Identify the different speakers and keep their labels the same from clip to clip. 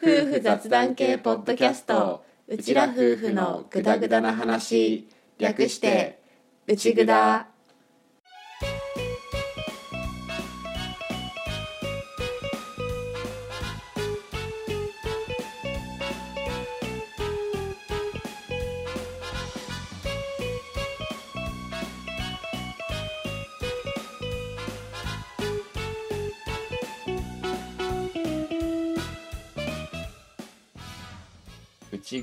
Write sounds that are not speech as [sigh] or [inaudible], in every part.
Speaker 1: 夫婦雑談系ポッドキャストうちら夫婦のグダグダな話略してうちぐだ
Speaker 2: 内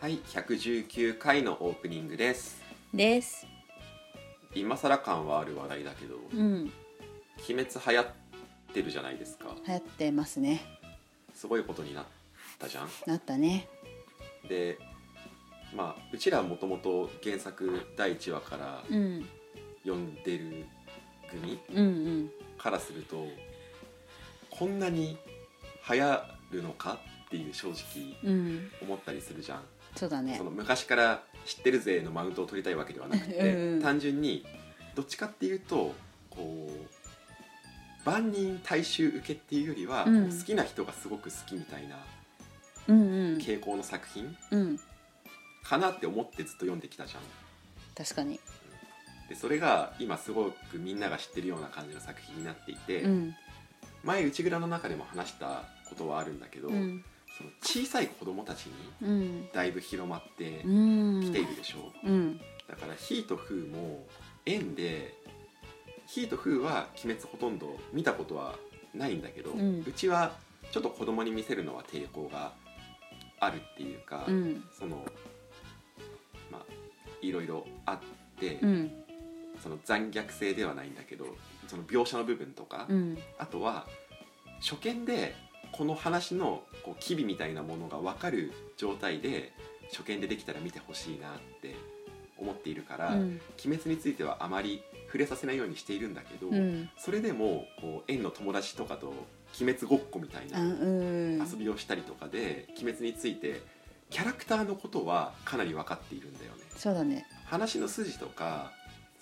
Speaker 2: はい119回のオープニングです
Speaker 1: です
Speaker 2: 今更感はある話題だけど
Speaker 1: うん
Speaker 2: 鬼滅流行ってるじゃないですか
Speaker 1: 流行ってますね
Speaker 2: すごいことになったじゃん
Speaker 1: なったね
Speaker 2: でまあうちらはもともと原作第1話から
Speaker 1: うん
Speaker 2: 読んでる組
Speaker 1: うんうん
Speaker 2: からするとこんなに流行るのかっていう正直
Speaker 1: うん
Speaker 2: 思ったりするじゃん、
Speaker 1: そうだね
Speaker 2: その昔から知ってるぜのマウントを取りたいわけではなくて、
Speaker 1: [laughs] うん
Speaker 2: 単純にどっちかっていうとこう万人大衆受けっていうよりは、
Speaker 1: うん
Speaker 2: 好きな人がすごく好きみたいな
Speaker 1: うんうん
Speaker 2: 傾向の作品
Speaker 1: うん
Speaker 2: かなって思ってずっと読んできたじゃん。
Speaker 1: 確かに
Speaker 2: でそれが今すごくみんなが知ってるような感じの作品になっていて、
Speaker 1: うん
Speaker 2: 前内蔵の中でも話したことはあるんだけど、
Speaker 1: うん
Speaker 2: その小さい子供たちに
Speaker 1: うん
Speaker 2: だいぶ広まって
Speaker 1: うん
Speaker 2: きているでしょう、
Speaker 1: うん
Speaker 2: だから「ヒーとフー」も縁で「ヒーとフー」は「鬼滅」ほとんど見たことはないんだけど、
Speaker 1: うん
Speaker 2: ちはちょっと子供に見せるのは抵抗があるっていうか、
Speaker 1: うん
Speaker 2: そのまあいろいろあって。
Speaker 1: うん
Speaker 2: その残虐性ではないんだけどその描写の部分とか、
Speaker 1: うん
Speaker 2: あとは初見でこの話のこう機微みたいなものが分かる状態で初見でできたら見てほしいなって思っているから、
Speaker 1: うん
Speaker 2: 鬼滅についてはあまり触れさせないようにしているんだけど、
Speaker 1: うん
Speaker 2: それでもこう縁の友達とかと鬼滅ごっこみたい
Speaker 1: あう
Speaker 2: なん遊びをしたりとかで、鬼滅についてキャラクターのことはかなり分かっているんだよね。
Speaker 1: そうだね
Speaker 2: 話の筋とか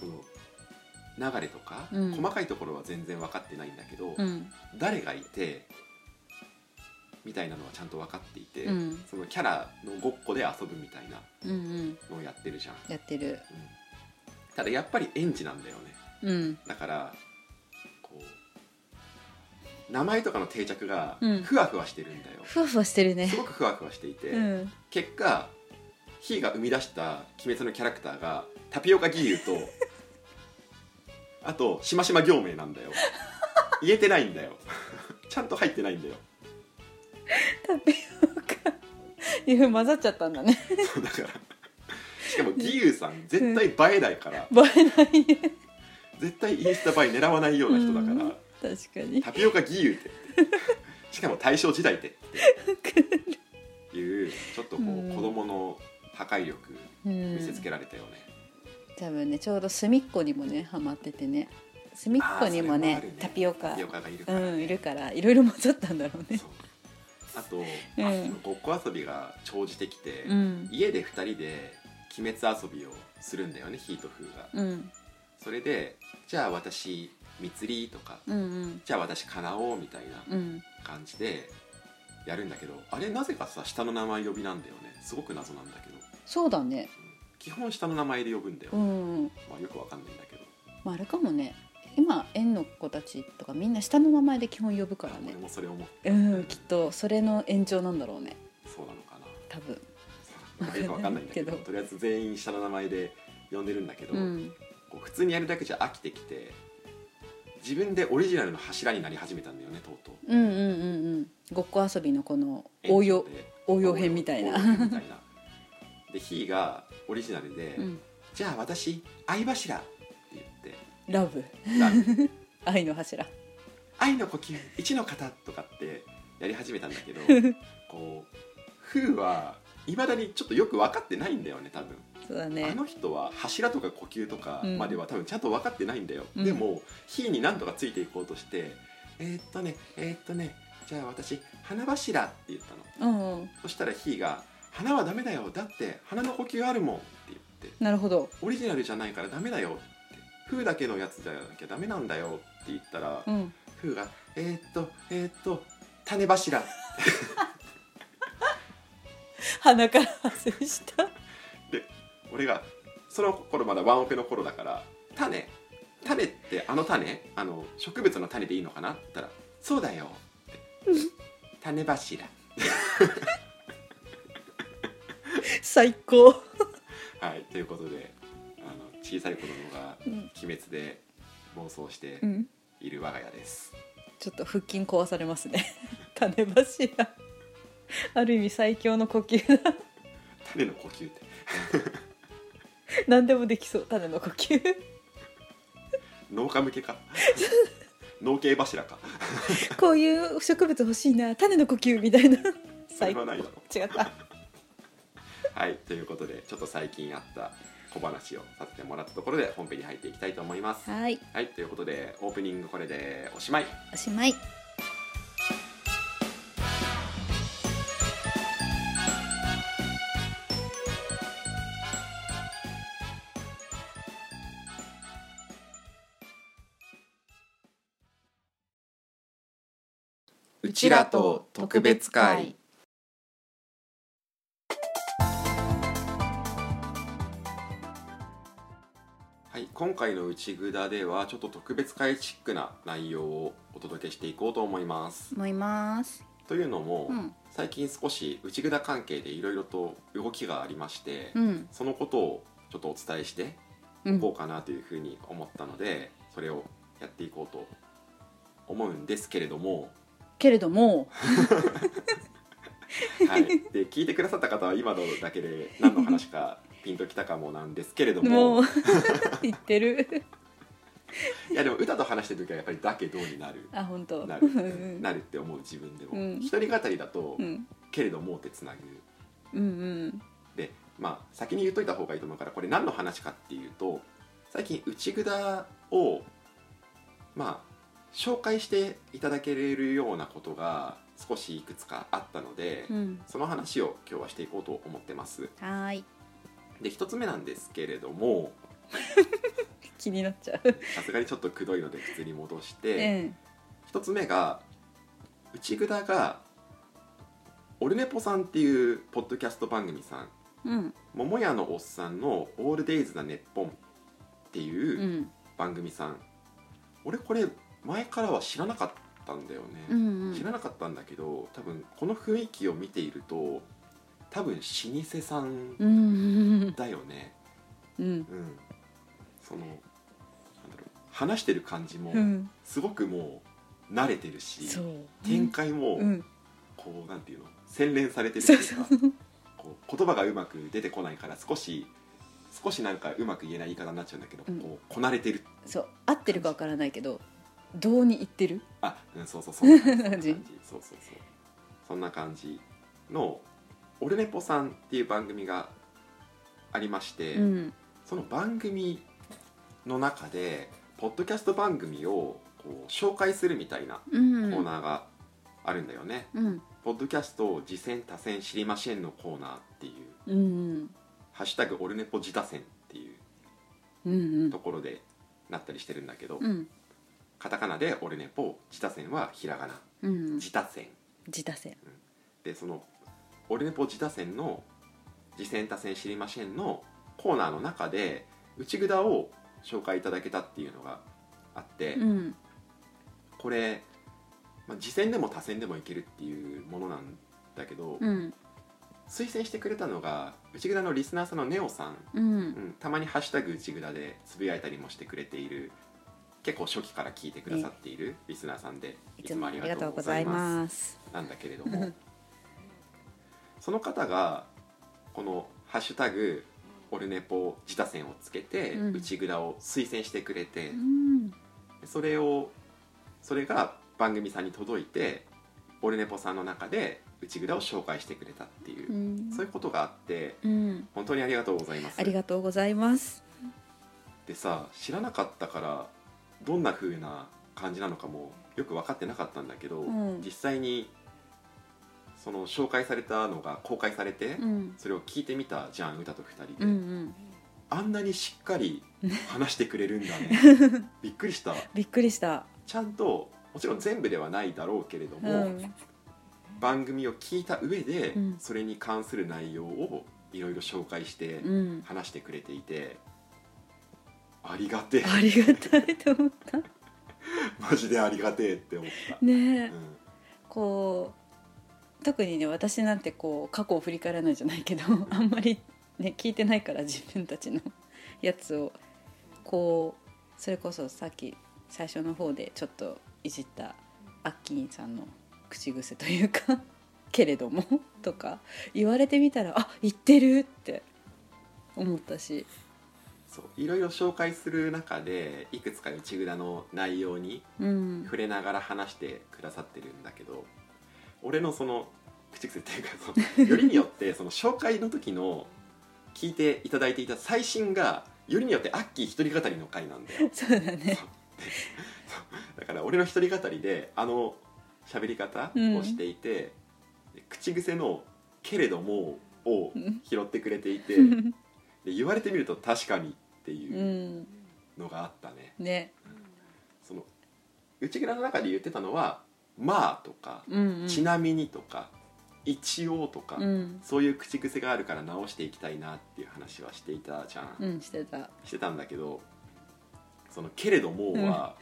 Speaker 2: その流れとか、
Speaker 1: うん
Speaker 2: 細かいところは全然分かってないんだけど、
Speaker 1: うん
Speaker 2: 誰がいてみたいなのはちゃんと分かっていて、
Speaker 1: うん
Speaker 2: そのキャラのごっこで遊ぶみたいな
Speaker 1: うんうん
Speaker 2: のをやってるじゃん、
Speaker 1: やってる
Speaker 2: うんただやっぱり園児なんだよね
Speaker 1: うん
Speaker 2: だからこう名前とかの定着が
Speaker 1: うん
Speaker 2: ふわふわしてるんだよ、
Speaker 1: ふわふわしてるね
Speaker 2: すごくふわふわしていて、
Speaker 1: うん
Speaker 2: 結果ヒーが生み出した鬼滅のキャラクターがタピオカ義勇とあとしましま行名なんだよ言えてないんだよちゃんと入ってないんだよ
Speaker 1: タピオカいや混ざっちゃったんだね
Speaker 2: [laughs] だからしかも義勇さん絶対映えないから
Speaker 1: 映えないね
Speaker 2: 絶対インスタ映え狙わないような人だから、
Speaker 1: うん確かに
Speaker 2: タピオカ義勇ってしかも大正時代ってっていうちょっとこ
Speaker 1: うん
Speaker 2: う子供の破壊力
Speaker 1: うん
Speaker 2: 見せつけられたよね、
Speaker 1: 多分ねちょうど隅っこにもねハマっててね隅っこにもね
Speaker 2: あーそれもあるね
Speaker 1: タピオカ
Speaker 2: タピオカがいるから、
Speaker 1: うんいるからいろいろ混ざったんだろうね
Speaker 2: そうあと、
Speaker 1: うん
Speaker 2: あのごっこ遊びが長じてきて、
Speaker 1: うん
Speaker 2: 家で2人で鬼滅遊びをするんだよねヒーとフーが
Speaker 1: うん
Speaker 2: それでじゃあ私みつりとか、
Speaker 1: うんうん
Speaker 2: じゃあ私かなおうみたいな
Speaker 1: うん
Speaker 2: 感じでやるんだけどあれなぜかさ下の名前呼びなんだよねすごく謎なんだけど
Speaker 1: そうだね
Speaker 2: 基本下の名前で呼ぶんだよ、
Speaker 1: うんうん
Speaker 2: まあ、よくわかんないんだけど、
Speaker 1: まああれかもね今園の子たちとかみんな下の名前で基本呼ぶからね
Speaker 2: 俺もそれ思っ
Speaker 1: うんきっとそれの延長なんだろうね
Speaker 2: そうなのかな
Speaker 1: 多分
Speaker 2: まあよくわかんないんだけど
Speaker 1: わか
Speaker 2: とりあえず全員下の名前で呼んでるんだけど、
Speaker 1: うん
Speaker 2: こう普通にやるだけじゃ飽きてきて自分でオリジナルの柱になり始めたんだよねとうとう
Speaker 1: うんうんうんうんごっこ遊びのこの応用応用編みたい
Speaker 2: 応
Speaker 1: な
Speaker 2: 用編みたいなでヒーがオリジナルで「
Speaker 1: うん
Speaker 2: じゃあ私相柱」って言って
Speaker 1: ラブ
Speaker 2: 「ラブ
Speaker 1: 愛の柱
Speaker 2: 「愛の呼吸一の型とかってやり始めたんだ
Speaker 1: [laughs]
Speaker 2: けどこうフーはいまだにちょっとよく分かってないんだよね多分
Speaker 1: そうだ
Speaker 2: あ
Speaker 1: ね
Speaker 2: の人は柱とか呼吸とかまでは多分ちゃんと分かってないんだよ、
Speaker 1: うん
Speaker 2: でも火に何とかついていこうとしてえーっとねえーっとねじゃあ私花柱って言ったの
Speaker 1: うんうん
Speaker 2: そしたら火が「花はダメだよだって花の呼吸あるもん」って言って
Speaker 1: なるほど
Speaker 2: 「オリジナルじゃないからダメだよ」って「風だけのやつじゃなきゃダメなんだよ」って言ったら
Speaker 1: うん
Speaker 2: 風が「えーっとえーっと種柱
Speaker 1: 鼻から発生した」
Speaker 2: 俺がその頃まだワンオペの頃だから「種種ってあの種あの植物の種でいいのかな?」って言ったら「そうだよ」って「種柱」
Speaker 1: 最高、
Speaker 2: はいということであの小さい子供が
Speaker 1: うん
Speaker 2: 鬼滅で妄想して
Speaker 1: うん、
Speaker 2: いる我が家です。
Speaker 1: ちょっと腹筋壊されますね [laughs] 種柱ある意味最強の呼吸だ
Speaker 2: 種の呼吸って
Speaker 1: 何でもできそう種の呼吸
Speaker 2: 農家向
Speaker 1: [laughs]
Speaker 2: けか農系柱か
Speaker 1: こういう植物欲しいな種の呼吸みたいな
Speaker 2: それ
Speaker 1: [laughs] 最
Speaker 2: は
Speaker 1: 高
Speaker 2: ないだろ
Speaker 1: 違った
Speaker 2: はいということでちょっと最近あった小話をさせてもらったところで本編に入っていきたいと思います
Speaker 1: はい
Speaker 2: はいということでオープニングこれでおしまい
Speaker 1: おしまい
Speaker 2: う
Speaker 1: ちらと特別会
Speaker 2: はい今回の「うちぐだ」ではちょっと特別会チックな内容をお届けしていこうと思います
Speaker 1: 思います
Speaker 2: というのも、
Speaker 1: うん
Speaker 2: 最近少し内ぐだ関係でいろいろと動きがありまして、
Speaker 1: うん
Speaker 2: そのことをちょっとお伝えして
Speaker 1: う
Speaker 2: いこ
Speaker 1: ん
Speaker 2: うかなというふうに思ったので、それをやっていこうと思うんですけれども、
Speaker 1: [laughs] けれども
Speaker 2: はい、で聞いてくださった方は今のだけで何の話かピンときたかもなんですけれど
Speaker 1: [laughs] も
Speaker 2: も
Speaker 1: う言ってる
Speaker 2: いやでも歌と話してる時はやっぱり「だけど」になる。
Speaker 1: あ本当
Speaker 2: なる
Speaker 1: うん
Speaker 2: なるって思う自分でも、
Speaker 1: うん
Speaker 2: 一人語りだと「
Speaker 1: うん
Speaker 2: けれども」ってつなぐ
Speaker 1: うんうん
Speaker 2: でまあ先に言っといた方がいいと思うからこれ何の話かっていうと最近内札をまあ紹介していただけるようなことが少しいくつかあったので、
Speaker 1: うん
Speaker 2: その話を今日はしていこうと思ってます
Speaker 1: はーい
Speaker 2: で一つ目なんですけれども
Speaker 1: 気になっちゃう
Speaker 2: さすがにちょっとくどいので普通に戻して
Speaker 1: うん
Speaker 2: 一つ目が内札がオルネポさんっていうポッドキャスト番組さん
Speaker 1: うん
Speaker 2: 桃屋のおっさんの「オールデイズなネッポン」っていううん番組さん、俺これ前からは知らなかったんだよね、
Speaker 1: うん
Speaker 2: 知らなかったんだけど多分この雰囲気を見ていると多分老舗さん
Speaker 1: うんうん
Speaker 2: だよね
Speaker 1: うん
Speaker 2: うんそのなんだろう話してる感じも
Speaker 1: うん
Speaker 2: すごくもう慣れてるし、
Speaker 1: そう
Speaker 2: 展開も
Speaker 1: うん
Speaker 2: こうなんていうの洗練されてるって
Speaker 1: そうそ
Speaker 2: いうか
Speaker 1: うそう
Speaker 2: こう言葉がうまく出てこないから少し少しなんかうまく言えない言い方になっちゃうんだけど、
Speaker 1: うん
Speaker 2: こうこなれてる
Speaker 1: そう合ってるかわからないけどどうに言ってる
Speaker 2: あ、うん、そうそうそんな
Speaker 1: [laughs] 感
Speaker 2: 感じそんな感
Speaker 1: じ
Speaker 2: じそうそうそうそんな感じの「オルネポさん」っていう番組がありまして、
Speaker 1: うん
Speaker 2: その番組の中でポッドキャスト番組をこう紹介するみたいな
Speaker 1: う
Speaker 2: コー
Speaker 1: ん
Speaker 2: ナーがあるんだよね、
Speaker 1: うん
Speaker 2: ポッドキャストを「次戦多戦知りましん」のコーナーっていう
Speaker 1: うんうん
Speaker 2: 「ハッシュタグオルネポ自打戦」っていう
Speaker 1: うん
Speaker 2: ところでなったりしてるんだけど、
Speaker 1: うん
Speaker 2: カタカナで「オルネポ」「自他戦」はひらがな
Speaker 1: うん
Speaker 2: 「自他戦」
Speaker 1: 自他戦
Speaker 2: でその「オルネポ自他戦」の「自戦他戦知りません」のコーナーの中で内札を紹介いただけたっていうのがあって、
Speaker 1: うん
Speaker 2: これ、まあ、自戦でも他戦でもいけるっていうものなんだけど、
Speaker 1: うん
Speaker 2: 推薦してくれたのが内札のリスナーさんのネオさん、
Speaker 1: う
Speaker 2: うんん、たまに「ハッシュタグ内札」でつぶやいたりもしてくれている結構初期から聞いてくださっているリスナーさんで
Speaker 1: いつもありがとうございます
Speaker 2: なんだけれどもその方がこの「ハッシュタグオルネポ自他戦」をつけて、
Speaker 1: うん
Speaker 2: 内蔵を推薦してくれて
Speaker 1: う、ん
Speaker 2: それをそれが番組さんに届いてオルネポさんの中で内蔵を紹介してくれたっていうう、
Speaker 1: ん
Speaker 2: そういうことがあって
Speaker 1: うん
Speaker 2: 本当にありがとうございます
Speaker 1: ありがとうございます
Speaker 2: でさ知らなかったからどんな風な感じなのかもよく分かってなかったんだけど、
Speaker 1: うん
Speaker 2: 実際にその紹介されたのが公開されて、
Speaker 1: うん
Speaker 2: それを聞いてみたじゃん歌と2人
Speaker 1: う
Speaker 2: で、
Speaker 1: んうん
Speaker 2: あんなにしっかり話してくれるんだね
Speaker 1: [laughs]
Speaker 2: びっくりした
Speaker 1: びっくりした
Speaker 2: ちゃんともちろん全部ではないだろうけれど
Speaker 1: う
Speaker 2: も、
Speaker 1: ん
Speaker 2: 番組を聞いた上で、
Speaker 1: うん
Speaker 2: それに関する内容をいろいろ紹介して
Speaker 1: うん
Speaker 2: 話してくれていて、ありがてえ
Speaker 1: ありがたいと思った
Speaker 2: マジでありがてえって思った、
Speaker 1: ねえ
Speaker 2: うん
Speaker 1: こう特にね私なんてこう過去を振り返らないじゃないけど [laughs] あんまりね聞いてないから自分たちの [laughs] やつをこうそれこそさっき最初の方でちょっといじったアッキーさんの口癖というか [laughs] けれどもとか言われてみたらあ言ってるって思ったし
Speaker 2: そういろいろ紹介する中でいくつか内蔵の内容に
Speaker 1: うん
Speaker 2: 触れながら話してくださってるんだけど俺のその口癖っていうかそのよりによってその紹介の時の聞いていただいていた最新がよりによってアッキー一人語りの回なんだよ
Speaker 1: そうだね
Speaker 2: だから俺の一人語りであの喋り方をしていて、で口癖の「けれども」を拾ってくれて
Speaker 1: [laughs]
Speaker 2: いてで言われてみると確かにって
Speaker 1: う
Speaker 2: いうんのがあったね、
Speaker 1: ね
Speaker 2: その内蔵の中で言ってたのは「まあ」とか
Speaker 1: うんう
Speaker 2: 「
Speaker 1: ん
Speaker 2: ちなみに」とか「一応」とか、
Speaker 1: うん
Speaker 2: そういう口癖があるから直していきたいなっていう話はしていたじゃん、
Speaker 1: うんしてた
Speaker 2: してたんだけどその「けれども」は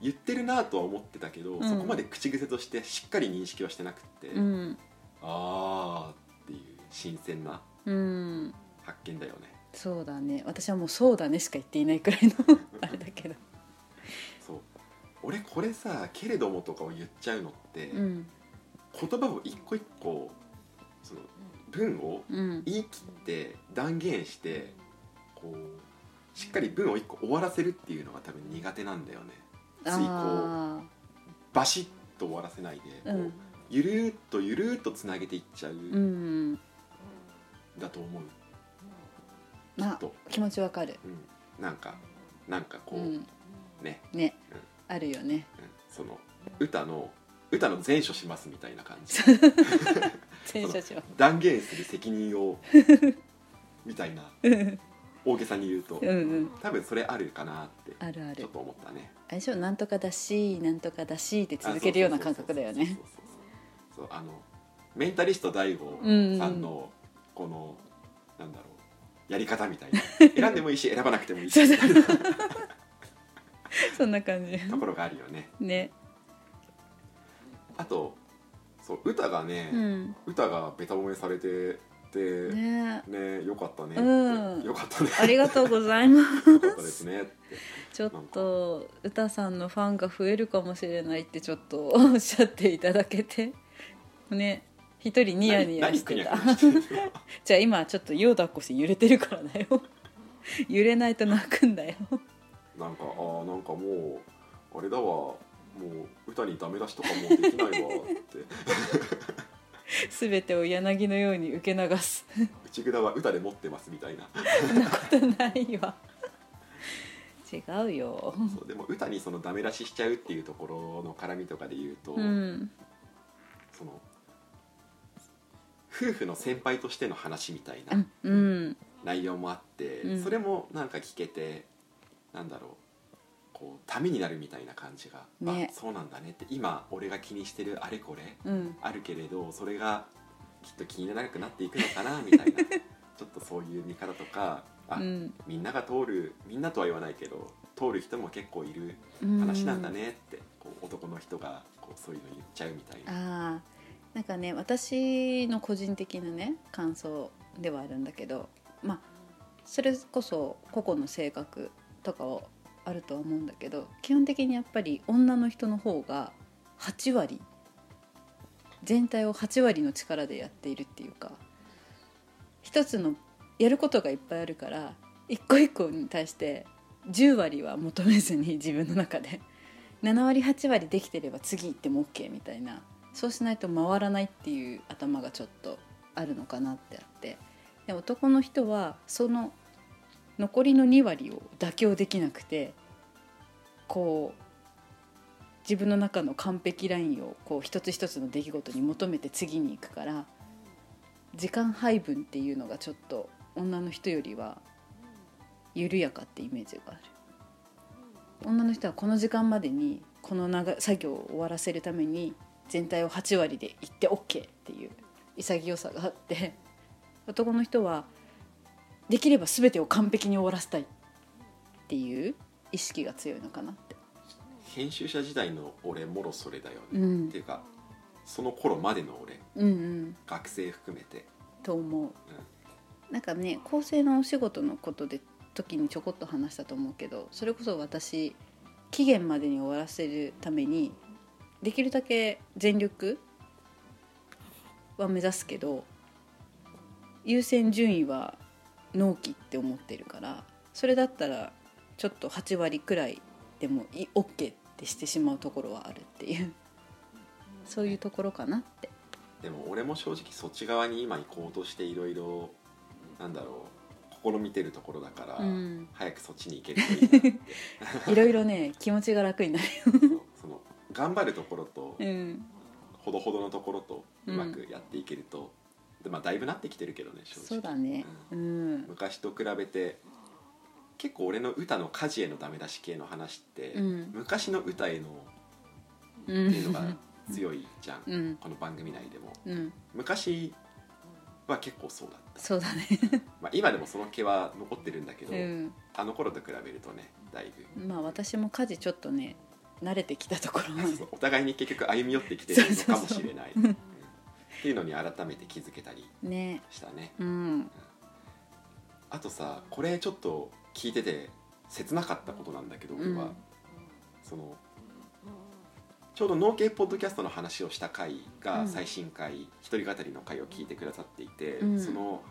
Speaker 2: 言ってるなとは思ってたけど、
Speaker 1: ん
Speaker 2: そこまで口癖としてしっかり認識はしてなくって、
Speaker 1: うん
Speaker 2: あーっていう新鮮な
Speaker 1: うん
Speaker 2: 発見だよね
Speaker 1: そうだね私はもう「そうだね」しか言っていないくら [laughs] いのあれだけど、
Speaker 2: そう俺これさ「けれども」とかを言っちゃうのって、
Speaker 1: うん
Speaker 2: 言葉を一個一個その文を
Speaker 1: うん、
Speaker 2: 言い切って断言してこうしっかり文を一個終わらせるっていうのが多分苦手なんだよねついこう
Speaker 1: あ
Speaker 2: バシッと終わらせないで、
Speaker 1: あうん
Speaker 2: ゆるーっとゆるーっとつなげていっちゃう
Speaker 1: うんん
Speaker 2: だと思う、
Speaker 1: まあ
Speaker 2: きっと
Speaker 1: 気持ちわかる
Speaker 2: うん、なんかなんかこ
Speaker 1: う
Speaker 2: う、
Speaker 1: ん
Speaker 2: ね、
Speaker 1: ね
Speaker 2: うん
Speaker 1: あるよね
Speaker 2: うん、その歌の歌の前処しますみたいな感じ
Speaker 1: 全社 [laughs] 長
Speaker 2: 断言する責任
Speaker 1: [laughs]
Speaker 2: をみたいな大げさに言うと、
Speaker 1: うんうん
Speaker 2: 多分それあるかなって
Speaker 1: あるあ
Speaker 2: ちょ
Speaker 1: る
Speaker 2: っと思ったね
Speaker 1: 相性なんとかだしなんとかだしって続けるような感覚だよね
Speaker 2: そうそうそうそうそうあのメンタリスト DAIGO さんのこの、なんだろうやり方みたいな選んでもいいし選ばなくてもいいし
Speaker 1: そう
Speaker 2: み
Speaker 1: [laughs] そ
Speaker 2: た
Speaker 1: う
Speaker 2: いなと
Speaker 1: そんな感じ
Speaker 2: ころがあるよね
Speaker 1: ね
Speaker 2: あとそう歌がね、
Speaker 1: うん
Speaker 2: 歌がベタ褒めされててね
Speaker 1: ね
Speaker 2: よかったね、
Speaker 1: うん
Speaker 2: よかったね
Speaker 1: ありがとうございます
Speaker 2: よかったですねって
Speaker 1: ちょっと歌さんのファンが増えるかもしれないってちょっとおっしゃっていただけて [laughs] ね一人ニヤニヤしてた
Speaker 2: 何何くにゃくにゃしてる
Speaker 1: [laughs] じゃあ今ちょっとよう抱っこして揺れてるからだよ [laughs] 揺れないと泣くんだよ
Speaker 2: なんかあーなんかもうあれだわもう歌にダメ出しとかもうできないわって [laughs]
Speaker 1: 全てを柳のように受け流す
Speaker 2: 内蔵は歌で持ってますみたいな
Speaker 1: そんなことないわ [laughs] 違うよ
Speaker 2: そうでも歌にそのダメ出ししちゃうっていうところの絡みとかで言うと、
Speaker 1: うん
Speaker 2: その夫婦の先輩としての話みたい
Speaker 1: うん
Speaker 2: な
Speaker 1: うん
Speaker 2: 内容もあって、
Speaker 1: うん
Speaker 2: それもなんか聞けてなんだろうこうためになるみたいな感じが、
Speaker 1: ね
Speaker 2: あそうなんだねって今俺が気にしてるあれこれ
Speaker 1: うん
Speaker 2: あるけれどそれがきっと気にならなくなっていくの
Speaker 1: [laughs]
Speaker 2: かなみたいなちょっとそういう見方とかあ、
Speaker 1: うん
Speaker 2: みんなが通るみんなとは言わないけど通る人も結構いる
Speaker 1: うん
Speaker 2: 話なんだねって、こう男の人がこうそういうの言っちゃうみたいな。
Speaker 1: あーなんかね私の個人的なね感想ではあるんだけどまあそれこそ個々の性格とかはあるとは思うんだけど基本的にやっぱり女の人の方が8割全体を8割の力でやっているっていうか一つのやることがいっぱいあるから一個一個に対して10割は求めずに自分の中で7割8割できてれば次行っても OK みたいなそうしないと回らないっていう頭がちょっとあるのかなってあってで男の人はその残りの2割を妥協できなくてこう自分の中の完璧ラインをこう一つ一つの出来事に求めて次に行くから時間配分っていうのがちょっと女の人よりは緩やかってイメージがある女の人はこの時間までにこの長い作業を終わらせるために全体を8割で行って OK っていう潔さがあって男の人はできれば全てを完璧に終わらせたいっていう意識が強いのかなって。
Speaker 2: 編集者時代の俺もろそれだよね、
Speaker 1: うん
Speaker 2: っていうかその頃までの俺
Speaker 1: うんうん、
Speaker 2: 学生含めて
Speaker 1: と思うなんかね構成のお仕事のことで時にちょこっと話したと思うけどそれこそ私期限までに終わらせるためにできるだけ全力は目指すけど優先順位は納期って思ってるからそれだったらちょっと8割くらいでもい OK ってしてしまうところはあるっていうそういうところかなって。
Speaker 2: でも俺も正直そっち側に今行こうとしていろいろなんだろう試みてるところだから、
Speaker 1: うん
Speaker 2: 早くそっちに行けるといいな
Speaker 1: [laughs]
Speaker 2: って
Speaker 1: いろいろね気持ちが楽になる。
Speaker 2: そうその頑張るところと
Speaker 1: うん
Speaker 2: ほどほどのところとうまくやっていけると、でまあ、だいぶなってきてるけどね正直
Speaker 1: そうだね。うん。
Speaker 2: 昔と比べて結構俺の歌の家事へのダメ出し系の話って、
Speaker 1: うん
Speaker 2: 昔の歌への
Speaker 1: う
Speaker 2: っていうのが
Speaker 1: ん。
Speaker 2: 強いじゃん、
Speaker 1: うん。
Speaker 2: この番組内でも
Speaker 1: うん。
Speaker 2: 昔は結構そうだった、
Speaker 1: そうだね。
Speaker 2: まあ、今でもその毛は残ってるんだけど、
Speaker 1: うん。
Speaker 2: あの頃と比べるとねだいぶ、
Speaker 1: まあ私も家事ちょっとね慣れてきたところもあ
Speaker 2: そう
Speaker 1: る。
Speaker 2: お互いに結局歩み寄ってきてるのかもしれない
Speaker 1: [laughs] そうそうそう
Speaker 2: うんっていうのに改めて気づけたり
Speaker 1: ね。
Speaker 2: したね
Speaker 1: うん。
Speaker 2: あとさこれちょっと聞いてて切なかったことなんだけど俺
Speaker 1: う
Speaker 2: は、
Speaker 1: ん
Speaker 2: そのちょうど農系ポッドキャストの話をした回
Speaker 1: う
Speaker 2: が
Speaker 1: ん
Speaker 2: 最新回、一人語りの回を聞いてくださっていて、
Speaker 1: うん
Speaker 2: その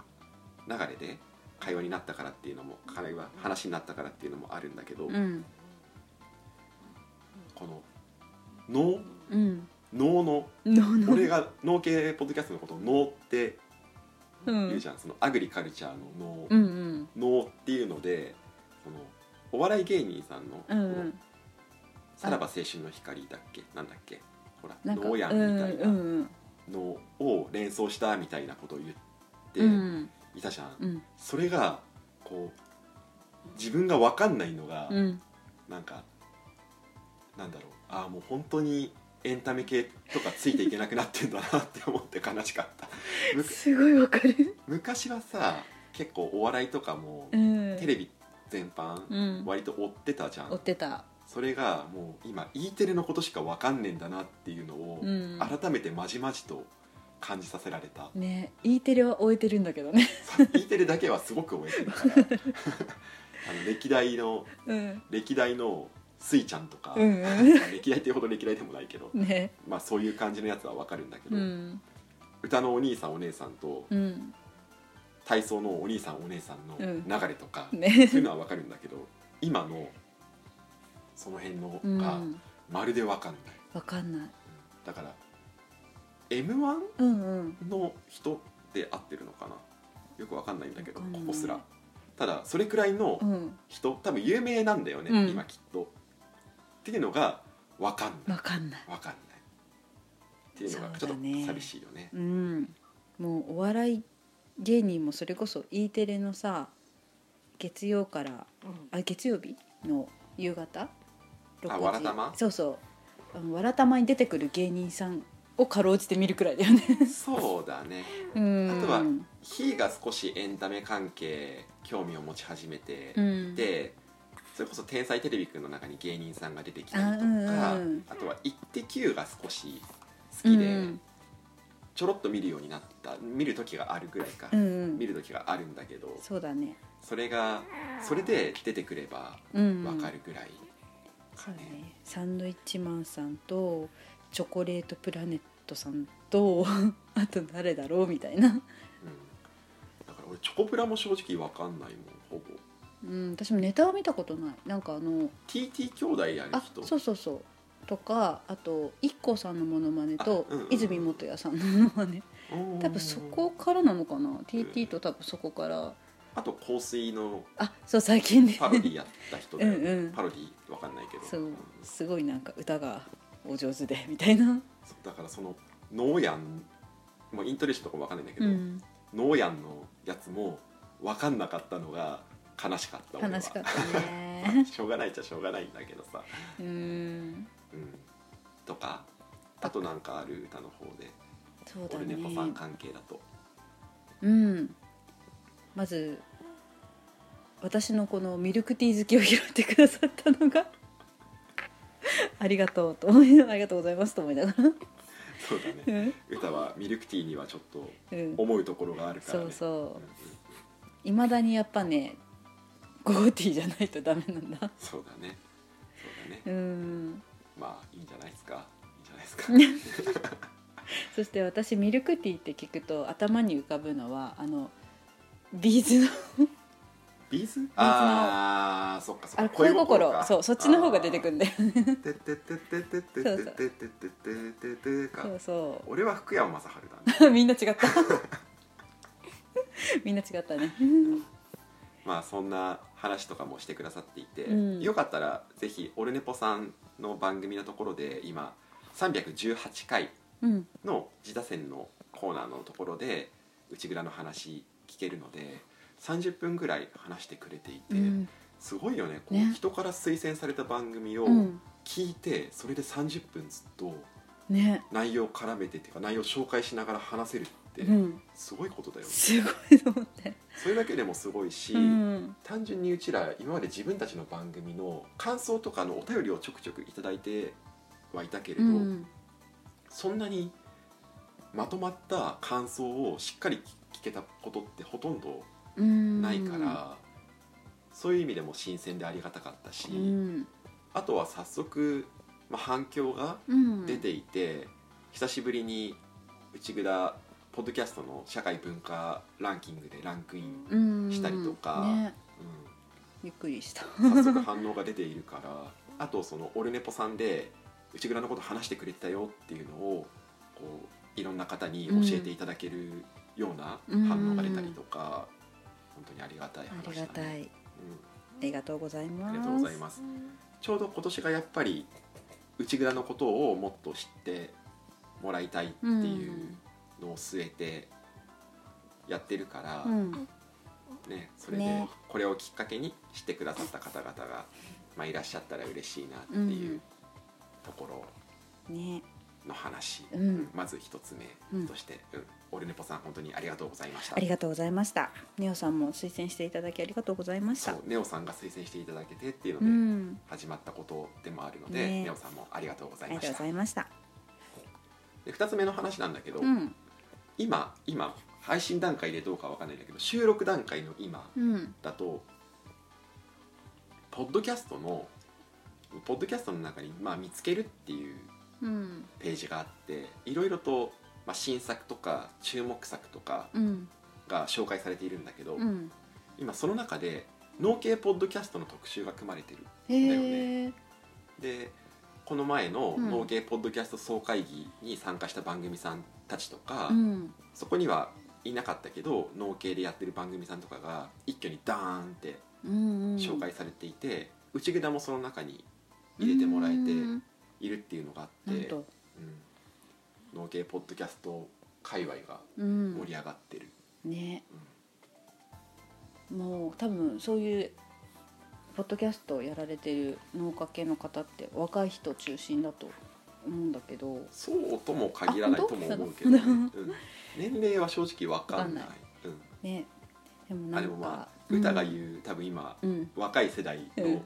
Speaker 2: 流れで会話になったからっていうのも会話話になったからっていうのもあるんだけど、
Speaker 1: うん。
Speaker 2: この脳
Speaker 1: うん。
Speaker 2: 脳の
Speaker 1: のの。
Speaker 2: 俺が農系ポッドキャストのことを脳って
Speaker 1: う。
Speaker 2: 言うんじゃん、そのアグリカルチャーの脳、
Speaker 1: うん
Speaker 2: 能っていうのでそのお笑い芸人さんの,、
Speaker 1: うん。うん。
Speaker 2: さらば青春の光」だっけなんだっけほら
Speaker 1: なんか。
Speaker 2: 能
Speaker 1: うん
Speaker 2: や
Speaker 1: うん
Speaker 2: みたいなんのを連想したみたいなことを言
Speaker 1: うん。
Speaker 2: っていたじゃん、
Speaker 1: うん。
Speaker 2: それがこう自分が分かんないのが、
Speaker 1: うん。
Speaker 2: なんかなんだろうああもう本当にエンタメ系とかついていけなくなってんだなって思って悲しかった [laughs] む
Speaker 1: すごいわかる。
Speaker 2: 昔はさ結構お笑いとかも、
Speaker 1: うん。
Speaker 2: テレビ全般、
Speaker 1: うん。
Speaker 2: 割と追ってたじゃん、
Speaker 1: 追ってた。
Speaker 2: それがもう今 E テレのことしか分かんねえんだなっていうのを
Speaker 1: うん。
Speaker 2: 改めてまじまじと感じさせられた、
Speaker 1: ね、E テレは終えてるんだけどね。
Speaker 2: E テレだけはすごく終えてるから
Speaker 1: [laughs]
Speaker 2: あの歴代の
Speaker 1: うん。
Speaker 2: 歴代のスイちゃんとか、
Speaker 1: うんうん
Speaker 2: 歴代っていうほど歴代でもないけど、
Speaker 1: ね。
Speaker 2: まあ、そういう感じのやつは分かるんだけど、
Speaker 1: うん。
Speaker 2: 歌のお兄さんお姉さんと
Speaker 1: うん。
Speaker 2: 体操のお兄さんお姉さんの流れとか、
Speaker 1: ね
Speaker 2: そう。いうのは分かるんだけど今のその辺の
Speaker 1: うん。
Speaker 2: がまるで分かんない、
Speaker 1: わかんない。
Speaker 2: だから m 1
Speaker 1: うんうん。
Speaker 2: の人って合ってるのかなよくわかんないんだけど
Speaker 1: わ
Speaker 2: こ
Speaker 1: かんない
Speaker 2: こすらただそれくらいの
Speaker 1: うん。
Speaker 2: 人多分有名なんだよね、
Speaker 1: うん
Speaker 2: 今きっとっていうのがわかんな
Speaker 1: わかんない。
Speaker 2: いわかんないっていうのがち
Speaker 1: そ
Speaker 2: ょ
Speaker 1: う
Speaker 2: っ
Speaker 1: だね
Speaker 2: と寂しいよね
Speaker 1: うん、もうお笑い芸人もそれこそ E テレのさ月曜からあ月曜日の夕方
Speaker 2: あわらたま
Speaker 1: そうそううんわらたまに出てくる芸人さんをかろうじて見るくらいだよね
Speaker 2: そうだね
Speaker 1: うん
Speaker 2: あとはひーが少しエンタメ関係興味を持ち始めて
Speaker 1: うん
Speaker 2: でそれこそ「天才テレビくん」の中に芸人さんが出てきた
Speaker 1: あ
Speaker 2: りとかあ,、
Speaker 1: うんうん
Speaker 2: とは「イッテ Q!」が少し好
Speaker 1: うんう
Speaker 2: きで、
Speaker 1: ん
Speaker 2: ちょろっと見るようになった見る時があるぐらいか、
Speaker 1: うんう
Speaker 2: 見
Speaker 1: ん
Speaker 2: る時があるんだけど
Speaker 1: そうだね
Speaker 2: それがそれで出てくれば
Speaker 1: うん
Speaker 2: わかるぐらい、
Speaker 1: そうだねサンドイッチマンさんとチョコレートプラネットさんと [laughs] あと誰だろうみたいな
Speaker 2: うんだから俺チョコプラも正直わかんないもんほぼ
Speaker 1: うん私もネタは見たことないなんかあの
Speaker 2: TT 兄弟やる
Speaker 1: あ
Speaker 2: 人
Speaker 1: そうそうそうとかあと IKKO さんのモノマネと
Speaker 2: あうんうんうん
Speaker 1: 泉元也さんのモノマネ多
Speaker 2: 多
Speaker 1: 分そこからなのかな TT と多分そこから
Speaker 2: あと香水の
Speaker 1: あそう最近で
Speaker 2: パロディやった人だよね
Speaker 1: うんうん
Speaker 2: パロディわかんないけど
Speaker 1: そう
Speaker 2: うん
Speaker 1: すごいなんか歌がお上手でみたいな、
Speaker 2: そうだからそのノーヤンもうイントネーションとかもわかんないんだけ
Speaker 1: う
Speaker 2: ど、
Speaker 1: ん、
Speaker 2: ノーヤンのやつもわかんなかったのが悲しかった俺は
Speaker 1: 悲しかったね
Speaker 2: [laughs] しょうがないっちゃしょうがないんだけどさ、
Speaker 1: うん
Speaker 2: うん、とかあとなんかある歌の方で
Speaker 1: そうだ
Speaker 2: 俺
Speaker 1: ね
Speaker 2: ねパさん関係だと
Speaker 1: うんまず私のこのミルクティー好きを拾ってくださったのが [laughs] ありがとうと思いありがとうございますと思いなが [laughs] ら
Speaker 2: そうだね
Speaker 1: うん
Speaker 2: 歌はミルクティーにはちょっと
Speaker 1: うん
Speaker 2: 思うところがあるから
Speaker 1: そ
Speaker 2: ね
Speaker 1: う
Speaker 2: う
Speaker 1: そ
Speaker 2: んうん
Speaker 1: ういまだにやっぱねゴーティーじゃないとダメなんだ
Speaker 2: そうだねそうだね
Speaker 1: うん
Speaker 2: まあいいんじゃないですかいいんじゃないですかうん
Speaker 1: そして私ミルクティーって聞くと頭に浮かぶのはあのビーズの
Speaker 2: ビーズああそっかそっ
Speaker 1: あ
Speaker 2: か
Speaker 1: の恋心そうそっちの方が出てくる
Speaker 2: る
Speaker 1: んだよね
Speaker 2: てってってってってってってってってってってってか
Speaker 1: そうそ
Speaker 2: 俺は福山雅治だね
Speaker 1: う [laughs] みんな違ったみんな違ったね
Speaker 2: まあそんな話とかもしてくださっていて、
Speaker 1: うん
Speaker 2: よかったらぜひオルネポさんの番組のところで今318回
Speaker 1: うん
Speaker 2: の自打線のコーナーのところで内蔵の話聞けるので30分ぐらい話してくれていて、
Speaker 1: うん
Speaker 2: すごいよねこう
Speaker 1: ね
Speaker 2: 人から推薦された番組を
Speaker 1: うん
Speaker 2: 聞いて、それで30分ずっと
Speaker 1: ね
Speaker 2: 内容を絡めてっていうか内容を紹介しながら話せるって
Speaker 1: うん
Speaker 2: すごいことだよね、
Speaker 1: すごいと思って
Speaker 2: それだけでもすごいし、
Speaker 1: うん
Speaker 2: 単純にうちら今まで自分たちの番組の感想とかのお便りをちょくちょくいただいてはいたけれ
Speaker 1: う
Speaker 2: ど、
Speaker 1: ん
Speaker 2: そんなにまとまった感想をしっかり聞けたことってほとんど
Speaker 1: うん
Speaker 2: ないから、そういう意味でも新鮮でありがたかったし、
Speaker 1: うん
Speaker 2: あとは早速、まあ、反響が
Speaker 1: うん
Speaker 2: 出ていて、久しぶりに内蔵ポッドキャストの社会文化ランキングでランクイン、
Speaker 1: うん
Speaker 2: したりとか
Speaker 1: ね
Speaker 2: うん
Speaker 1: びっくりした
Speaker 2: 早
Speaker 1: [laughs]
Speaker 2: 速反応が出ているからあとその「オルネポ」さんで内蔵のこと話してくれてたよっていうのをこういろんな方に教えていただけるような
Speaker 1: うん
Speaker 2: 反応が出たりとか、本当にありがたい話
Speaker 1: あ
Speaker 2: だ、ね、
Speaker 1: りがたい
Speaker 2: うん
Speaker 1: ありがとうございます
Speaker 2: ありがとうございますちょうど今年がやっぱり内蔵のことをもっと知ってもらいたいっていうのを据えてやってるから、
Speaker 1: うん
Speaker 2: ね、それで
Speaker 1: ね
Speaker 2: これをきっかけに知ってくださった方々が、まあ、いらっしゃったら嬉しいなっていううんところ
Speaker 1: ね
Speaker 2: の話、
Speaker 1: うん
Speaker 2: まず一つ
Speaker 1: う
Speaker 2: 目
Speaker 1: ん
Speaker 2: として、うんオルネポさん本当にありがとうございました
Speaker 1: ありがとうございましたネオさんも推薦していただきありがとうございました
Speaker 2: そうネオさんが推薦していただけてっていうの
Speaker 1: う
Speaker 2: で、
Speaker 1: ん
Speaker 2: 始まったことでもあるので、
Speaker 1: ね
Speaker 2: ネオさんもありがとうござ
Speaker 1: あ
Speaker 2: い
Speaker 1: りが
Speaker 2: ま
Speaker 1: とう
Speaker 2: し
Speaker 1: ご
Speaker 2: た
Speaker 1: ざいました
Speaker 2: で2つ目の話なんだけど、
Speaker 1: うん
Speaker 2: 今今配信段階でどうかわかんないんだけど収録段階の今
Speaker 1: うん
Speaker 2: だとポッドキャストのポッドキャストの中に、まあ、見つけるっていう
Speaker 1: うん
Speaker 2: ページがあっていろいろと、まあ、新作とか注目作とか
Speaker 1: うん
Speaker 2: が紹介されているんだけど、
Speaker 1: うん
Speaker 2: 今その中で農系ポッドキャストの特集が組まれてる
Speaker 1: へえ
Speaker 2: でこの前の
Speaker 1: うん
Speaker 2: 農系ポッドキャスト総会議に参加した番組さんたちとか、
Speaker 1: うん
Speaker 2: そこにはいなかったけど農系でやってる番組さんとかが一挙にダーンって
Speaker 1: うんうん
Speaker 2: 紹介されていて、内札もその中に入れてもらえて
Speaker 1: うん
Speaker 2: いるっていうのがあ
Speaker 1: な
Speaker 2: っ
Speaker 1: ん
Speaker 2: て、
Speaker 1: と
Speaker 2: うん農系ポッドキャスト界隈が
Speaker 1: うん
Speaker 2: 盛り上がってる、
Speaker 1: ねもう多分そういうポッドキャストをやられてる農家系の方って若い人中心だと思うんだけど
Speaker 2: そうとも限らない
Speaker 1: あ
Speaker 2: と
Speaker 1: 本
Speaker 2: も
Speaker 1: 当
Speaker 2: 思うけどね、
Speaker 1: そうなの
Speaker 2: うん年齢は正直わかんない
Speaker 1: わか
Speaker 2: うん
Speaker 1: ねでもな
Speaker 2: あで
Speaker 1: んか
Speaker 2: もまあ歌が
Speaker 1: う
Speaker 2: 言う、多分今
Speaker 1: ん、うん
Speaker 2: 若い世代の、
Speaker 1: うん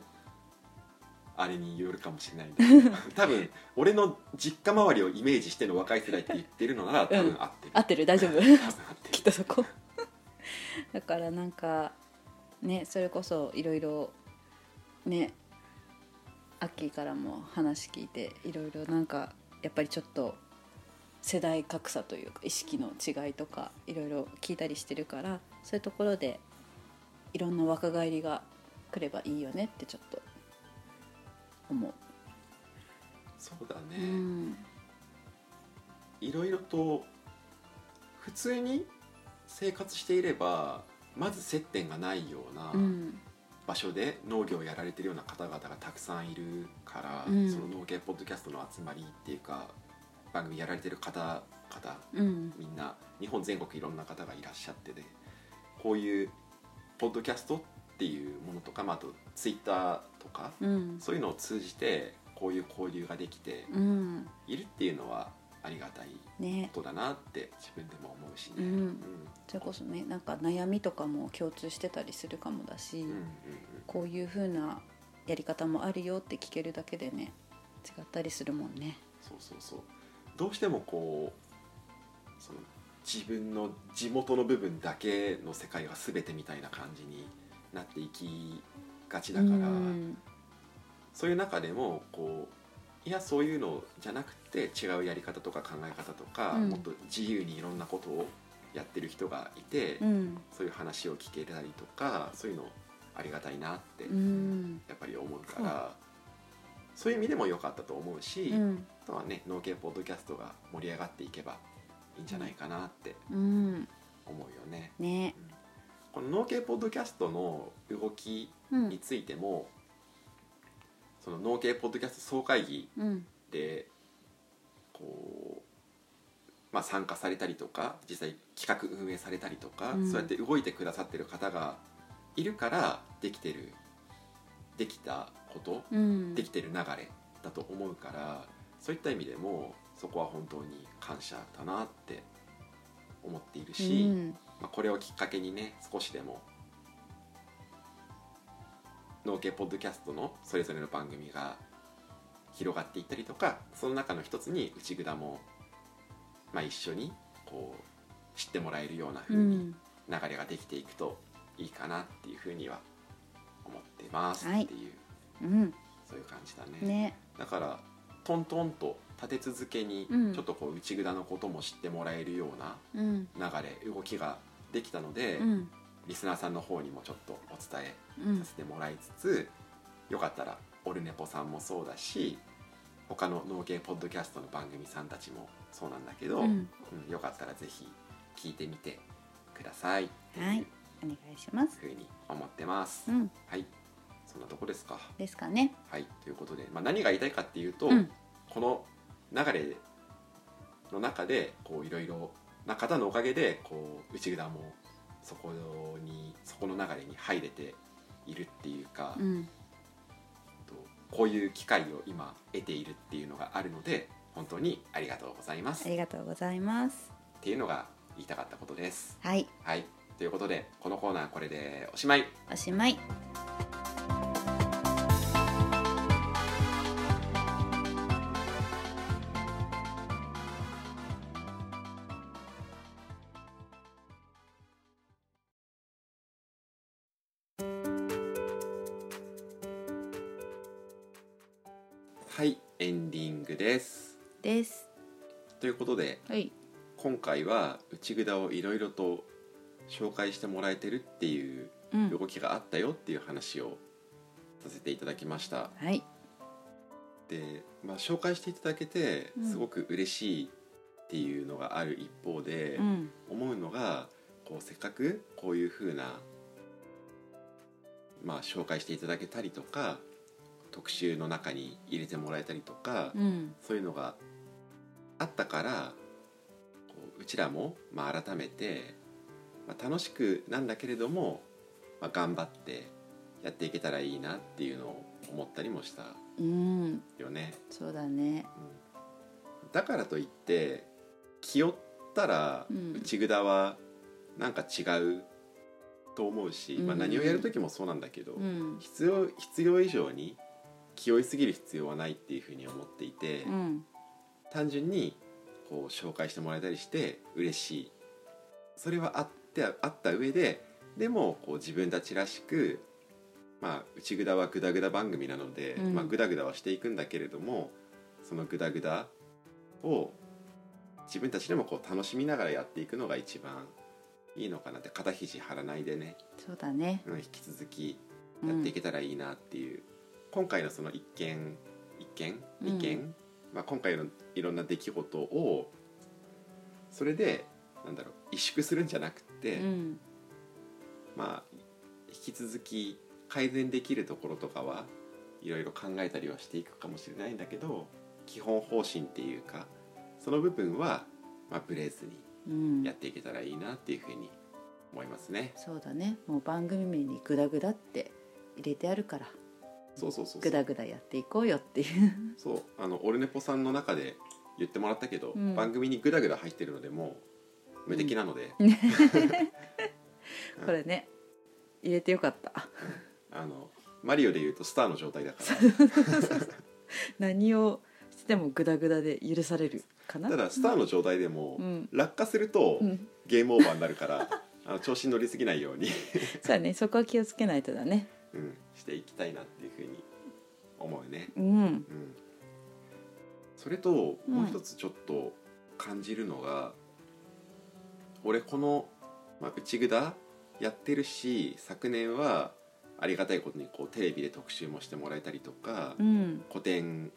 Speaker 2: あれによるかもしれないんだけど多分俺の実家周りをイメージしての若い世代って言ってるのなら多分合ってる、
Speaker 1: 合ってる大丈夫
Speaker 2: [laughs] 多分合ってる
Speaker 1: きっとそこ [laughs] だからなんかねそれこそいろいろねアッキーからも話聞いていろいろなんかやっぱりちょっと世代格差というか意識の違いとかいろいろ聞いたりしてるからそういうところでいろんな若返りが来ればいいよねってちょっと思う
Speaker 2: そうだ
Speaker 1: う
Speaker 2: ね、
Speaker 1: ん
Speaker 2: いろいろと普通に生活していればまず接点がないような
Speaker 1: うん
Speaker 2: 場所で農業をやられてるような方々がたくさんいるから、
Speaker 1: うん
Speaker 2: その農家ポッドキャストの集まりっていうか番組やられてる方々
Speaker 1: うん
Speaker 2: みんな日本全国いろんな方がいらっしゃっててこういうポッドキャストっていうものとか、まあ、あとツイッターとか、
Speaker 1: うん
Speaker 2: そういうのを通じてこういう交流ができて
Speaker 1: うん
Speaker 2: いるっていうのはありがたい
Speaker 1: ね
Speaker 2: ことだなって自分でも思うしね。
Speaker 1: うん
Speaker 2: うん
Speaker 1: それこそねなんか悩みとかも共通してたりするかもだし、
Speaker 2: うんうんうん
Speaker 1: こういう風なやり方もあるよって聞けるだけでね違ったりするもんね。
Speaker 2: そうそうそうどうしてもこうその自分の地元の部分だけの世界が全てみたいな感じになっていきがちだから、
Speaker 1: うん
Speaker 2: そういう中でもこういやそういうのじゃなくて違うやり方とか考え方とか、
Speaker 1: うん
Speaker 2: もっと自由にいろんなことをやってる人がいて、
Speaker 1: うん
Speaker 2: そういう話を聞けたりとかそういうのありがたいなって
Speaker 1: うん
Speaker 2: やっぱり思うから、そういう意味でも良かったと思うし、
Speaker 1: うん
Speaker 2: あとはね農系ポッドキャストが盛り上がっていけばいいんじゃないかなって
Speaker 1: うん
Speaker 2: 思うよね。
Speaker 1: ね
Speaker 2: この農系ポッドキャストの動き
Speaker 1: うん
Speaker 2: についても、その農系ポッドキャスト総会議
Speaker 1: うん
Speaker 2: でこう、まあ、参加されたりとか実際企画運営されたりとか、
Speaker 1: うん
Speaker 2: そうやって動いてくださってる方がいるからできてるできたこと、
Speaker 1: うん
Speaker 2: できてる流れだと思うからそういった意味でもそこは本当に感謝だなって思っているし、
Speaker 1: うん
Speaker 2: まあ、これをきっかけにね少しでも農家ポッドキャストのそれぞれの番組が広がっていったりとかその中の一つに内蔵も、まあ、一緒にこう知ってもらえるような風
Speaker 1: う
Speaker 2: に
Speaker 1: ん
Speaker 2: 流れができていくといいかなっていうふうには思ってます
Speaker 1: はい
Speaker 2: っていう、
Speaker 1: うん
Speaker 2: そういう感じだね。
Speaker 1: ね
Speaker 2: だからトントンと立て続けに
Speaker 1: うん
Speaker 2: ちょっとこう内蔵のことも知ってもらえるような
Speaker 1: うん
Speaker 2: 流れ、動きができたので、
Speaker 1: うん
Speaker 2: リスナーさんの方にもちょっとお伝え
Speaker 1: うん
Speaker 2: させてもらいつつ、よかったらオルネポさんもそうだし他の農系ポッドキャストの番組さんたちもそうなんだけ
Speaker 1: う
Speaker 2: ど、
Speaker 1: ん
Speaker 2: うんよかったらぜひ聞いてみてくださいって
Speaker 1: はいいうお願いします。
Speaker 2: ふうに思ってます。
Speaker 1: うん
Speaker 2: はいそんなとこですか
Speaker 1: ですかね。
Speaker 2: はいということで、まあ、何が言いたいかっていうと、
Speaker 1: うん
Speaker 2: この流れの中でこういろいろな方のおかげでこう内蔵もそこにそこの流れに入れているっていうか、
Speaker 1: うん
Speaker 2: とこういう機会を今得ているっていうのがあるので本当にありがとうございます
Speaker 1: あ
Speaker 2: っ
Speaker 1: りがとうございます。
Speaker 2: ていうのが言いたかったことです。
Speaker 1: はい
Speaker 2: はいということでこのコーナーはこれでおしまい。
Speaker 1: おしまい。
Speaker 2: はいエンディングです。
Speaker 1: です。
Speaker 2: ということで
Speaker 1: はい。
Speaker 2: 今回は内札をいろいろと紹介してもらえてるっていう
Speaker 1: うん。
Speaker 2: 動きがあったよっていう話をさせていただきました
Speaker 1: はい。
Speaker 2: で、まあ、紹介していただけて
Speaker 1: うん
Speaker 2: すごく嬉しいっていうのがある一方で、
Speaker 1: うん
Speaker 2: 思うのがこうせっかくこういうふうな、まあ、紹介していただけたりとか特集の中に入れてもらえたりとか、
Speaker 1: うん
Speaker 2: そういうのがあったからこううちらも、まあ、改めて、まあ、楽しくなんだけれども、まあ、頑張ってやっていけたらいいなっていうのを思ったりもした
Speaker 1: うん
Speaker 2: よね。
Speaker 1: そうだね。
Speaker 2: うんだからといって気負ったら
Speaker 1: うん
Speaker 2: 内札はなんか違うと思うし、まあ、
Speaker 1: うんうん
Speaker 2: 何をやる時もそうなんだけど、
Speaker 1: うん
Speaker 2: 必要必要以上に気負いすぎる必要はないっていうふうに思っていて。
Speaker 1: うん
Speaker 2: 単純にこう紹介してもらえたりして嬉しいそれはあってあった上ででもこう自分たちらしくまあ内ぐだはグダグダ番組なので、
Speaker 1: うん
Speaker 2: まあグダグダはしていくんだけれどもそのグダグダを自分たちでもこう楽しみながらやっていくのが一番いいのかなって肩肘張らないでね、
Speaker 1: そうだね。
Speaker 2: うん、引き続き
Speaker 1: う
Speaker 2: やっ
Speaker 1: ん
Speaker 2: ていけたらいいなっていう、今回のその一件一件
Speaker 1: うん
Speaker 2: 二件まあ、今回のいろんな出来事をそれでなんだろう萎縮するんじゃなくて、
Speaker 1: うん
Speaker 2: まあ、引き続き改善できるところとかはいろいろ考えたりはしていくかもしれないんだけど基本方針っていうかその部分は、まあ、ブレずに
Speaker 1: うん
Speaker 2: やっていけたらいいなっていうふうに思いますね。
Speaker 1: そうだねもう番組名に「グダグダ」って入れてあるから
Speaker 2: そうそうそうそ
Speaker 1: グダ
Speaker 2: う
Speaker 1: グダやっていこうよっていう
Speaker 2: そうあのオルネポさんの中で言ってもらったけど、
Speaker 1: うん
Speaker 2: 番組にグダグダ入ってるのでもう無敵なので、
Speaker 1: これね入れてよかった [laughs]
Speaker 2: あのマリオで言うとスターの状態だから
Speaker 1: 何をしてもグダグダで許されるかな
Speaker 2: ただスターの状態でも、
Speaker 1: うん
Speaker 2: 落下すると、
Speaker 1: うん
Speaker 2: ゲームオーバーになるからあの調子に乗りすぎないように、
Speaker 1: そうだねそこは気をつけないとだね
Speaker 2: うん、していきたいなっていうふうに思うね。
Speaker 1: うん
Speaker 2: うん、それとも
Speaker 1: うん
Speaker 2: う一つちょっと感じるのが、俺この、まあ、内札やってるし昨年はありがたいことにこうテレビで特集もしてもらえたりとか、
Speaker 1: うん
Speaker 2: 古典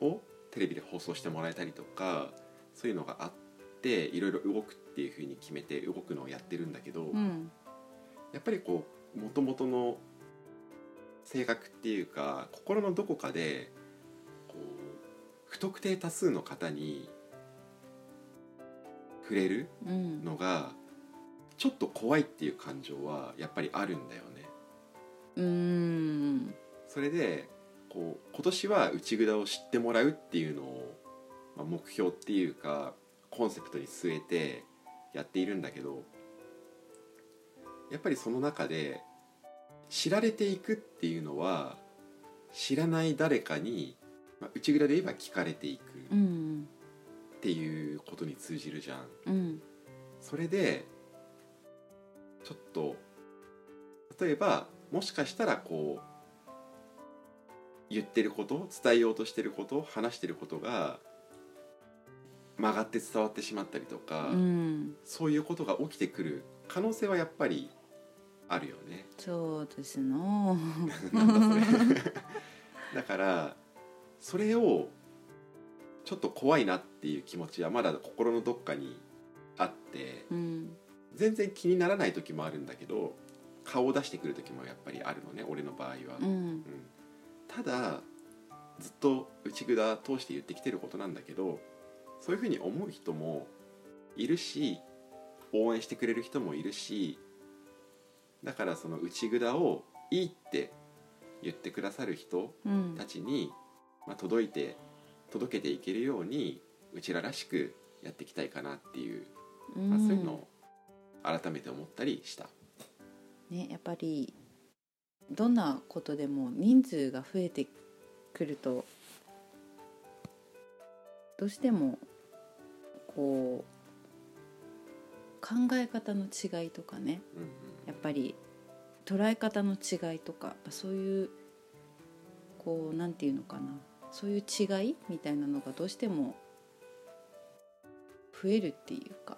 Speaker 2: をテレビで放送してもらえたりとかそういうのがあっていろいろ動くっていうふうに決めて動くのをやってるんだけど、
Speaker 1: うん
Speaker 2: やっぱりこうもともとの性格っていうか心のどこかでこう不特定多数の方に触れる
Speaker 1: うん
Speaker 2: のがちょっと怖いっていう感情はやっぱりあるんだよね。
Speaker 1: うん
Speaker 2: それでこう今年は内札を知ってもらうっていうのを、まあ、目標っていうかコンセプトに据えてやっているんだけどやっぱりその中で知られていくっていうのは知らない誰かに、まあ、内札で言えば聞かれていく
Speaker 1: う
Speaker 2: っ
Speaker 1: ん
Speaker 2: ていうことに通じるじゃん。
Speaker 1: うん
Speaker 2: それでちょっと例えばもしかしたらこう言ってること伝えようとしてること話してることが曲がって伝わってしまったりとか、
Speaker 1: うん
Speaker 2: そういうことが起きてくる可能性はやっぱりあるよ
Speaker 1: [laughs]
Speaker 2: ね。 [laughs]
Speaker 1: そうですの
Speaker 2: なんだそれだからそれをちょっと怖いなっていう気持ちはまだ心のどっかにあって。
Speaker 1: うん
Speaker 2: 全然気にならない時もあるんだけど顔を出してくる時もやっぱりあるのね俺の場合は、
Speaker 1: う
Speaker 2: うん
Speaker 1: ん
Speaker 2: ただずっと内札通して言ってきてることなんだけどそういうふうに思う人もいるし応援してくれる人もいるしだからその内札をいいって言ってくださる人
Speaker 1: うん
Speaker 2: たちに、まあ、届いて届けていけるようにうちららしくやっていきたいかなっていうまあ、そういうのを改めて思ったりした。
Speaker 1: ね、やっぱりどんなことでも人数が増えてくるとどうしてもこう考え方の違いとかね
Speaker 2: うんうん
Speaker 1: やっぱり捉え方の違いとかやっぱそういうこうなんていうのかなそういう違いみたいなのがどうしても増えるっていうか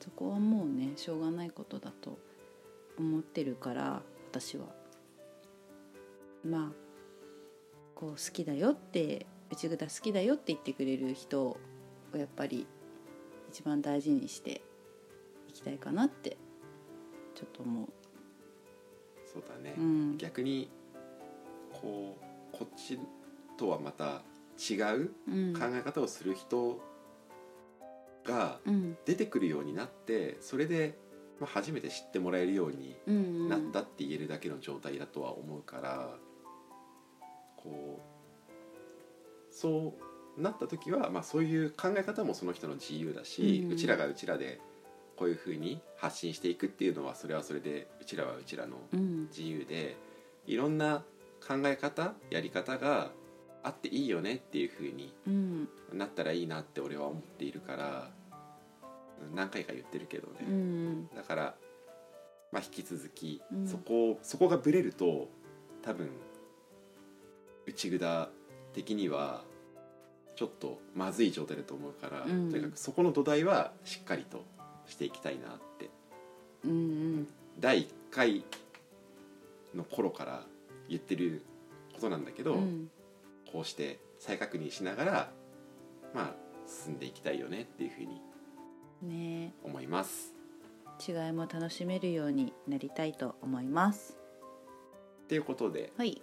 Speaker 1: そこはもうねしょうがないことだと思ってるから私はまあこう好きだよって内札好きだよって言ってくれる人をやっぱり一番大事にしていきたいかなってちょっと思う。
Speaker 2: そうだね、
Speaker 1: うん、
Speaker 2: 逆にこうこっちとはまた違う
Speaker 1: うん
Speaker 2: 考え方をする人が
Speaker 1: うん
Speaker 2: 出てくるようになってそれでまあ初めて知ってもらえるように
Speaker 1: うんうん、
Speaker 2: なったって言えるだけの状態だとは思うから、こうそうなった時は、まあ、そういう考え方もその人の自由だし、
Speaker 1: う
Speaker 2: うんちらがうちらでこういうふうに発信していくっていうのはそれはそれでうちらはうちらの
Speaker 1: うん
Speaker 2: 自由でいろんな考え方やり方があっていいよねっていうふうに
Speaker 1: うん
Speaker 2: なったらいいなって俺は思っているからうん何回か言ってるけどね。
Speaker 1: うん
Speaker 2: だから、まあ、引き続き、
Speaker 1: うん
Speaker 2: そこをそこがブレると多分内札的にはちょっとまずい状態だと思うから、
Speaker 1: うん
Speaker 2: とにかくそこの土台はしっかりとしていきたいなって
Speaker 1: うんうん
Speaker 2: 第1回の頃から言ってることなんだけど、
Speaker 1: うん
Speaker 2: こうして再確認しながら進んでいきたいよねっていうふうに
Speaker 3: ね
Speaker 2: 思います。
Speaker 3: 違いも楽しめるようになりたいと思います
Speaker 2: ということで、
Speaker 3: はい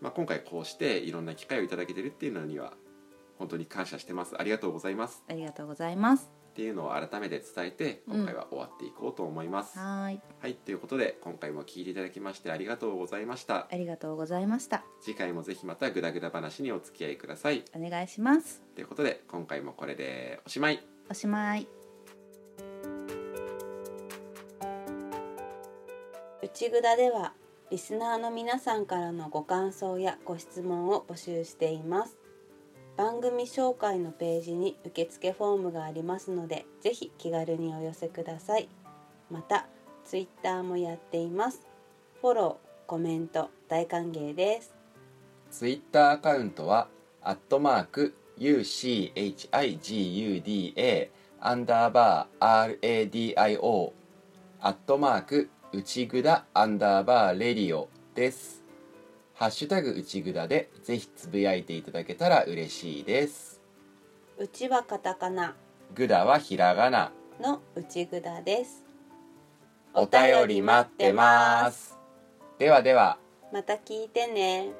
Speaker 2: まあ、今回こうしていろんな機会をいただけてるっていうのには本当に感謝してますありがとうございます
Speaker 3: ありがとうございます
Speaker 2: っていうのを改めて伝えて
Speaker 3: うん
Speaker 2: 今回は終わっていこうと思います。
Speaker 3: はーい
Speaker 2: はいということで今回も聞いていただきましてありがとうございました。
Speaker 3: ありがとうございました
Speaker 2: 次回もぜひまたグダグダ話にお付き合いください。
Speaker 3: お願いします
Speaker 2: ということで今回もこれでおしまい。
Speaker 3: おしまいう
Speaker 1: ちぐだではリスナーの皆さんからのご感想やご質問を募集しています番組紹介のページに受付フォームがありますのでぜひ気軽にお寄せくださいまたツイッターもやっていますフォロー、コメント大歓迎です
Speaker 2: ツイッターアカウントは、アットマーク、UCHIGUDA、アンダーバー、RADIO、アットマーク、内ぐだ、アンダーバー、レディオです。ハッシュタグ内ぐだで、ぜひつぶやいていただけたら嬉しいです。
Speaker 1: うちはカタカナ
Speaker 2: ぐだはひらがな。
Speaker 1: のうちぐだです
Speaker 2: お便り待ってます。ではでは。
Speaker 1: また聞いてね